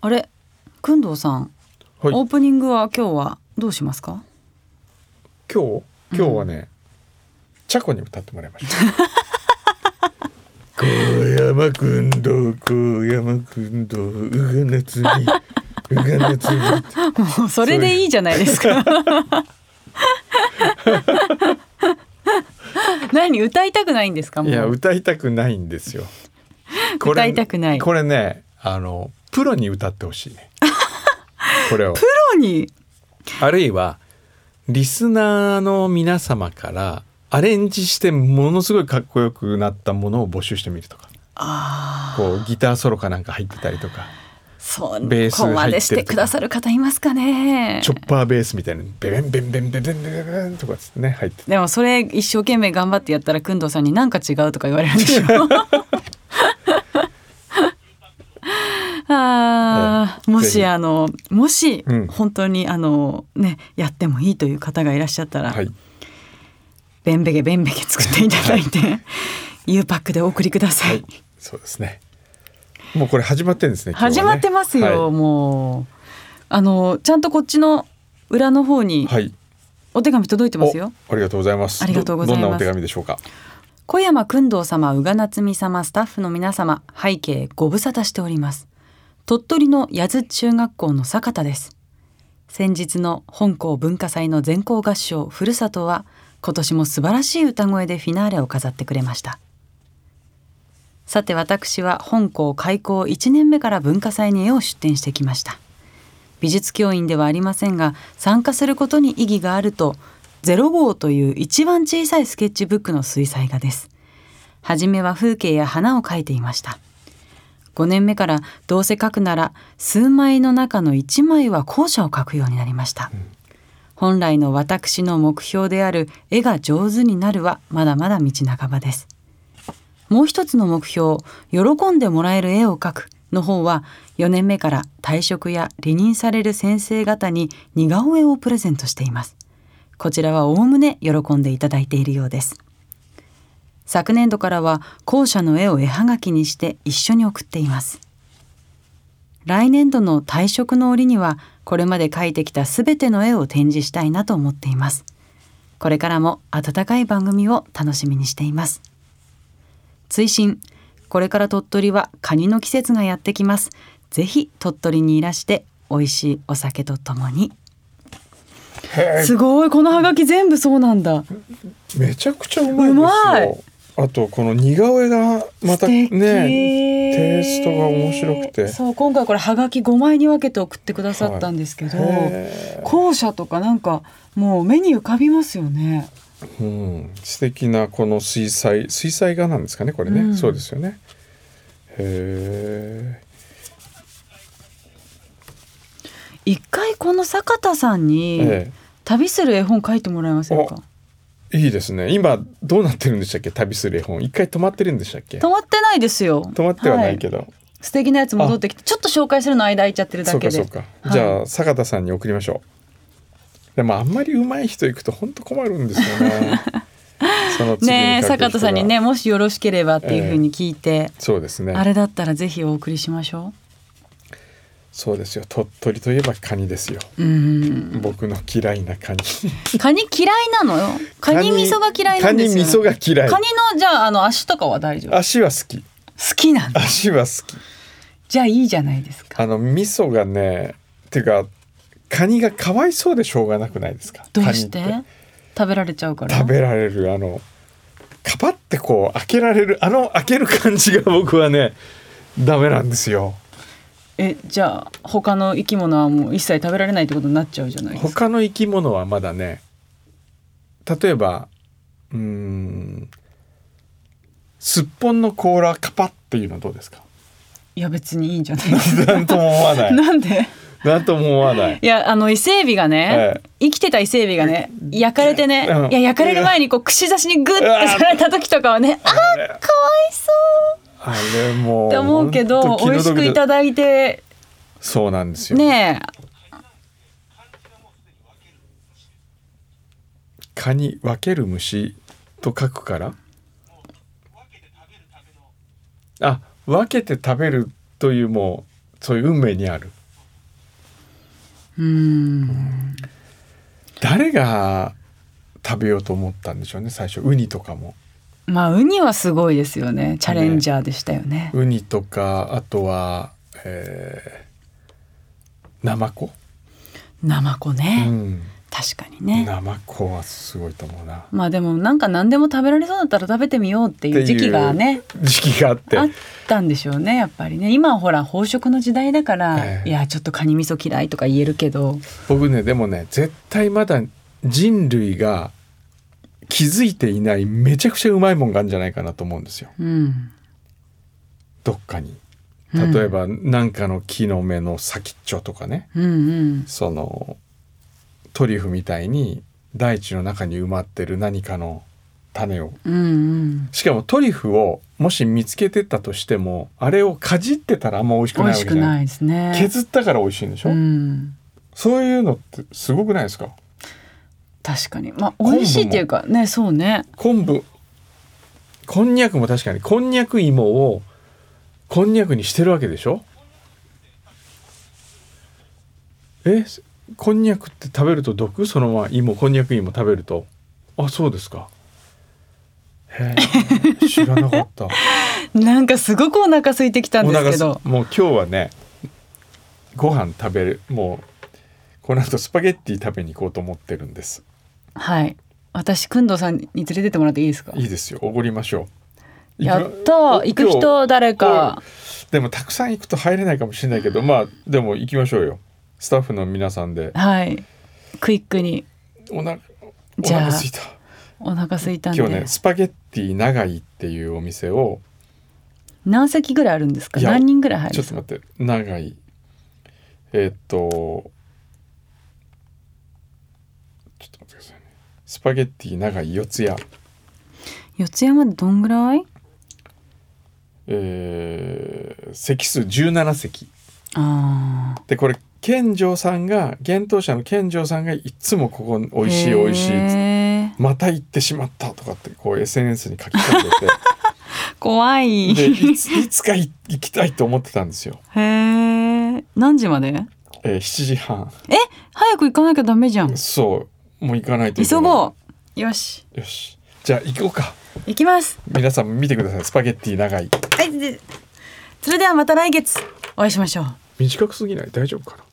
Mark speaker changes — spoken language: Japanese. Speaker 1: あれ、くんどうさん、
Speaker 2: はい
Speaker 1: オープニングは今日はどうします か。
Speaker 2: 今日今日はね、チャコに歌ってもらいました 小山くんどう小山くんどううがなつみ うがなつみ
Speaker 1: もうそれでいいじゃないです か。何歌いたくないんですか。も
Speaker 2: いや
Speaker 1: う
Speaker 2: 歌いたくないんですよ。こ
Speaker 1: 歌いたくない
Speaker 2: これね、あのプロに歌ってほしい ね。これを
Speaker 1: プロに。
Speaker 2: あるいはリスナーの皆様からアレンジしてものすごいかっこよくなったものを募集してみるとか、
Speaker 1: ああ、
Speaker 2: こうギターソロかなんか入ってたりとか、
Speaker 1: そう、
Speaker 2: ベース
Speaker 1: ここまでしてくださる方いますかね
Speaker 2: チ。ョッパーベースみたいなベベンベンベンベンベンベンベンベンとかつってね入って。
Speaker 1: でもそれ一生懸命頑張ってやったらくんどうさんになんか違うとか言われるんでしょ あーも
Speaker 2: ぜひ
Speaker 1: しあのもし
Speaker 2: うん
Speaker 1: 本当にあのねやってもいいという方がいらっしゃったら、
Speaker 2: はい。
Speaker 1: ベンベゲベンベゲ作っていただいて U パックでお送りください、
Speaker 2: そうですね。もうこれ始まってんですね。今日はね
Speaker 1: 始まってますよ、もうあのちゃんとこっちの裏の方に
Speaker 2: はい。はい。
Speaker 1: お手紙届いてますよ、
Speaker 2: おありがとうございます。
Speaker 1: ありがとうございます
Speaker 2: どどんなお手紙でしょうか。
Speaker 1: 小山君堂様宇賀夏美様スタッフの皆様背景ご無沙汰しております鳥取の八頭中学校の坂田です先日の本校文化祭の全校合唱ふるさとは今年も素晴らしい歌声でフィナーレを飾ってくれましたさて私は本校開校1年目から文化祭に絵を出展してきました美術教員ではありませんが参加することに意義があると0号という一番小さいスケッチブックの水彩画です初めは風景や花を描いていました5年目からどうせ描くなら数枚の中の1枚は校舎を描くようになりました、本来の私の目標である絵が上手になるはまだまだ道半ばですもう一つの目標喜んでもらえる絵を描くの方は4年目から退職や離任される先生方に似顔絵をプレゼントしていますこちらはおおむね喜んでいただいているようです昨年度からは校舎の絵を絵はがきにして一緒に送っています来年度の退職の折にはこれまで描いてきたすべての絵を展示したいなと思っていますこれからも温かい番組を楽しみにしています追伸これから鳥取はカニの季節がやってきますぜひ鳥取にいらして美味しいお酒とともにすごいこのハガキ全部そうなんだ
Speaker 2: めちゃくちゃうまいですよ。
Speaker 1: うまい
Speaker 2: あとこの似顔絵がまたね
Speaker 1: 素敵
Speaker 2: テイストが面白くて。
Speaker 1: そう今回これハガキ5枚に分けて送ってくださったんですけど、
Speaker 2: へ
Speaker 1: 校舎とかなんかもう目に浮かびますよね
Speaker 2: ーうん、素敵なこの水彩水彩画なんですかねこれね、
Speaker 1: うん
Speaker 2: そうですよね。へ
Speaker 1: 一回この坂田さん
Speaker 2: ー
Speaker 1: に
Speaker 2: え
Speaker 1: 旅する絵本書いてもらえませんか
Speaker 2: えいいですね。今どうなってるんでしたっけ旅する絵本一回止まってるんでしたっけ。
Speaker 1: 止まってないですよ
Speaker 2: 止まってはないけ
Speaker 1: ど、
Speaker 2: ど。
Speaker 1: 素敵なやつ戻ってきてちょっと紹介するの間空いちゃってるだ
Speaker 2: そう
Speaker 1: け
Speaker 2: か
Speaker 1: で
Speaker 2: そうか。
Speaker 1: はい
Speaker 2: じゃあ坂田さんに送りましょう。でもあんまり上手い人行くと本当困るんです よね。その次に
Speaker 1: ねえ
Speaker 2: 書く人
Speaker 1: 坂
Speaker 2: が
Speaker 1: 田さんにね。もしよろしければっていうふうに聞いて、
Speaker 2: そうですね。
Speaker 1: あれだったらぜひお送りしましょ
Speaker 2: そうですよ。鳥取といえばカニですよ。
Speaker 1: ううん
Speaker 2: 僕の嫌いなカニ。
Speaker 1: カニ嫌いなのよ カニ味噌が嫌いなんですよ、
Speaker 2: カニ味噌が嫌い
Speaker 1: カニのじゃああの足とかは大丈夫好
Speaker 2: 足は好き
Speaker 1: きなの
Speaker 2: 足は好き
Speaker 1: じゃあいいじゃないですか
Speaker 2: あの味噌がねてかカニがかわいそうでしょうがなくないですか
Speaker 1: どうして
Speaker 2: カニって
Speaker 1: 食べられちゃうから
Speaker 2: 食べられるあのカパってこう開けられるあの開ける感じが 僕はねダメなんですよ
Speaker 1: えじゃあ他の生き物はもう一切食べられないってことになっちゃうじゃないですか
Speaker 2: 他の生き物はまだね例えばうーんすっぽんの甲羅カパっていうのはどうで すか
Speaker 1: いや別にいいんじゃないです
Speaker 2: なんとも思わな
Speaker 1: か
Speaker 2: い
Speaker 1: なんで
Speaker 2: なんとも思わない
Speaker 1: いやあの伊勢海老がね、
Speaker 2: え
Speaker 1: 生きてた伊勢海老がね焼かれてね、
Speaker 2: うん
Speaker 1: いや焼かれる前にこう串刺しにグッてされた時とかはねあーかわいそう
Speaker 2: あれもう
Speaker 1: って思うけ
Speaker 2: ほん
Speaker 1: ど
Speaker 2: と気
Speaker 1: 美
Speaker 2: の
Speaker 1: 味し
Speaker 2: 毒
Speaker 1: く
Speaker 2: で
Speaker 1: いただいて
Speaker 2: そうなんですよ、
Speaker 1: ねえ
Speaker 2: 蚊に分ける虫と書くからあ分けて食べるというもうそういう運命にある
Speaker 1: うーん
Speaker 2: 誰が食べようと思ったんでしょうね最初ウニとかも
Speaker 1: まあウニはすごいですよねチャレンジャーでしたよね
Speaker 2: ウニとかあとは、えー、ナマコ、
Speaker 1: ナマコ
Speaker 2: う
Speaker 1: ね、
Speaker 2: ん、
Speaker 1: 確かにね
Speaker 2: ナマコはすごいと思うな。
Speaker 1: まあでもなんか何でも食べられそうだったら食べてみようっていう時期がね
Speaker 2: っていう時期があって
Speaker 1: あったんでしょうねやっぱりね今はほら飽食の時代だから、
Speaker 2: ええ
Speaker 1: いやちょっとカニ味噌嫌いとか言えるけど
Speaker 2: 僕ねでもね絶対まだ人類が気づいていないめちゃくちゃうまいもんがあるんじゃないかなと思うんですよ
Speaker 1: うん
Speaker 2: どっかに
Speaker 1: うん
Speaker 2: 例えばなんかの木の芽の先っちょとかね
Speaker 1: うんうん
Speaker 2: そのトリュフみたいに大地の中に埋まってる何かの種を
Speaker 1: うんうん
Speaker 2: しかもトリュフをもし見つけてたとしてもあれをかじってたらあんま美味しく
Speaker 1: 美
Speaker 2: ないわ
Speaker 1: 味
Speaker 2: け
Speaker 1: し
Speaker 2: じゃ
Speaker 1: く
Speaker 2: な
Speaker 1: ないいですね
Speaker 2: 削ったから美味しいんでしょ、
Speaker 1: うん
Speaker 2: そういうのってすごくないですか
Speaker 1: 確かにまあ美味しいっていうかねそうね
Speaker 2: 昆布こんにゃくも確かにこんにゃく芋をこんにゃくにしてるわけでしょえこんにゃくって食べると毒そのまま芋こんにゃく芋食べるとあそうですかへえ知らなかった
Speaker 1: なんかすごくお腹空いてきたん
Speaker 2: お
Speaker 1: です
Speaker 2: 腹
Speaker 1: け
Speaker 2: す
Speaker 1: ど
Speaker 2: もう今日はねご飯食べるもうこの後スパゲッティ食べに行こうと思ってるんです
Speaker 1: はい私くんどさんに連れてってもらっていいですか
Speaker 2: いいですよおごりましょう
Speaker 1: やっ
Speaker 2: い
Speaker 1: た
Speaker 2: くら
Speaker 1: 行く人誰か
Speaker 2: でもたくさん行くと入れないかもしれないけどまあでも行きましょうよスタッフの皆さんで
Speaker 1: はいクイックに
Speaker 2: おなお
Speaker 1: じゃあ
Speaker 2: 腹すいた
Speaker 1: お腹空いたんで
Speaker 2: 今日ねスパゲッティ長井っていうお店を
Speaker 1: 何席ぐらいあるんですか
Speaker 2: いや
Speaker 1: 何人ぐらい入るん
Speaker 2: ちょ
Speaker 1: ですか
Speaker 2: っと待って長井えーっとちょっと待ってくださいねスパゲッティ長井四谷
Speaker 1: 四ツ谷までどんぐらい
Speaker 2: えー席数17席
Speaker 1: あ
Speaker 2: でこれ健丈さんが厳冬者の健丈さんがいつもここ美味しい美味しいっつって
Speaker 1: い
Speaker 2: また行ってしまったとかってこう SNS に書き込ん
Speaker 1: 怖 い
Speaker 2: でてでいついつかい行きたいと思ってたんですよ、
Speaker 1: へえ何時まで
Speaker 2: えー7時半
Speaker 1: 早く行かなきゃダメじゃん
Speaker 2: そうもう行かないといけ
Speaker 1: 急
Speaker 2: ない
Speaker 1: ごうよし
Speaker 2: よしじゃあ行こうか
Speaker 1: 行きます
Speaker 2: 皆さん見てくださいスパゲッティ長い
Speaker 1: はいでそれではまた来月お会いしましょう
Speaker 2: 短くすぎない大丈夫かな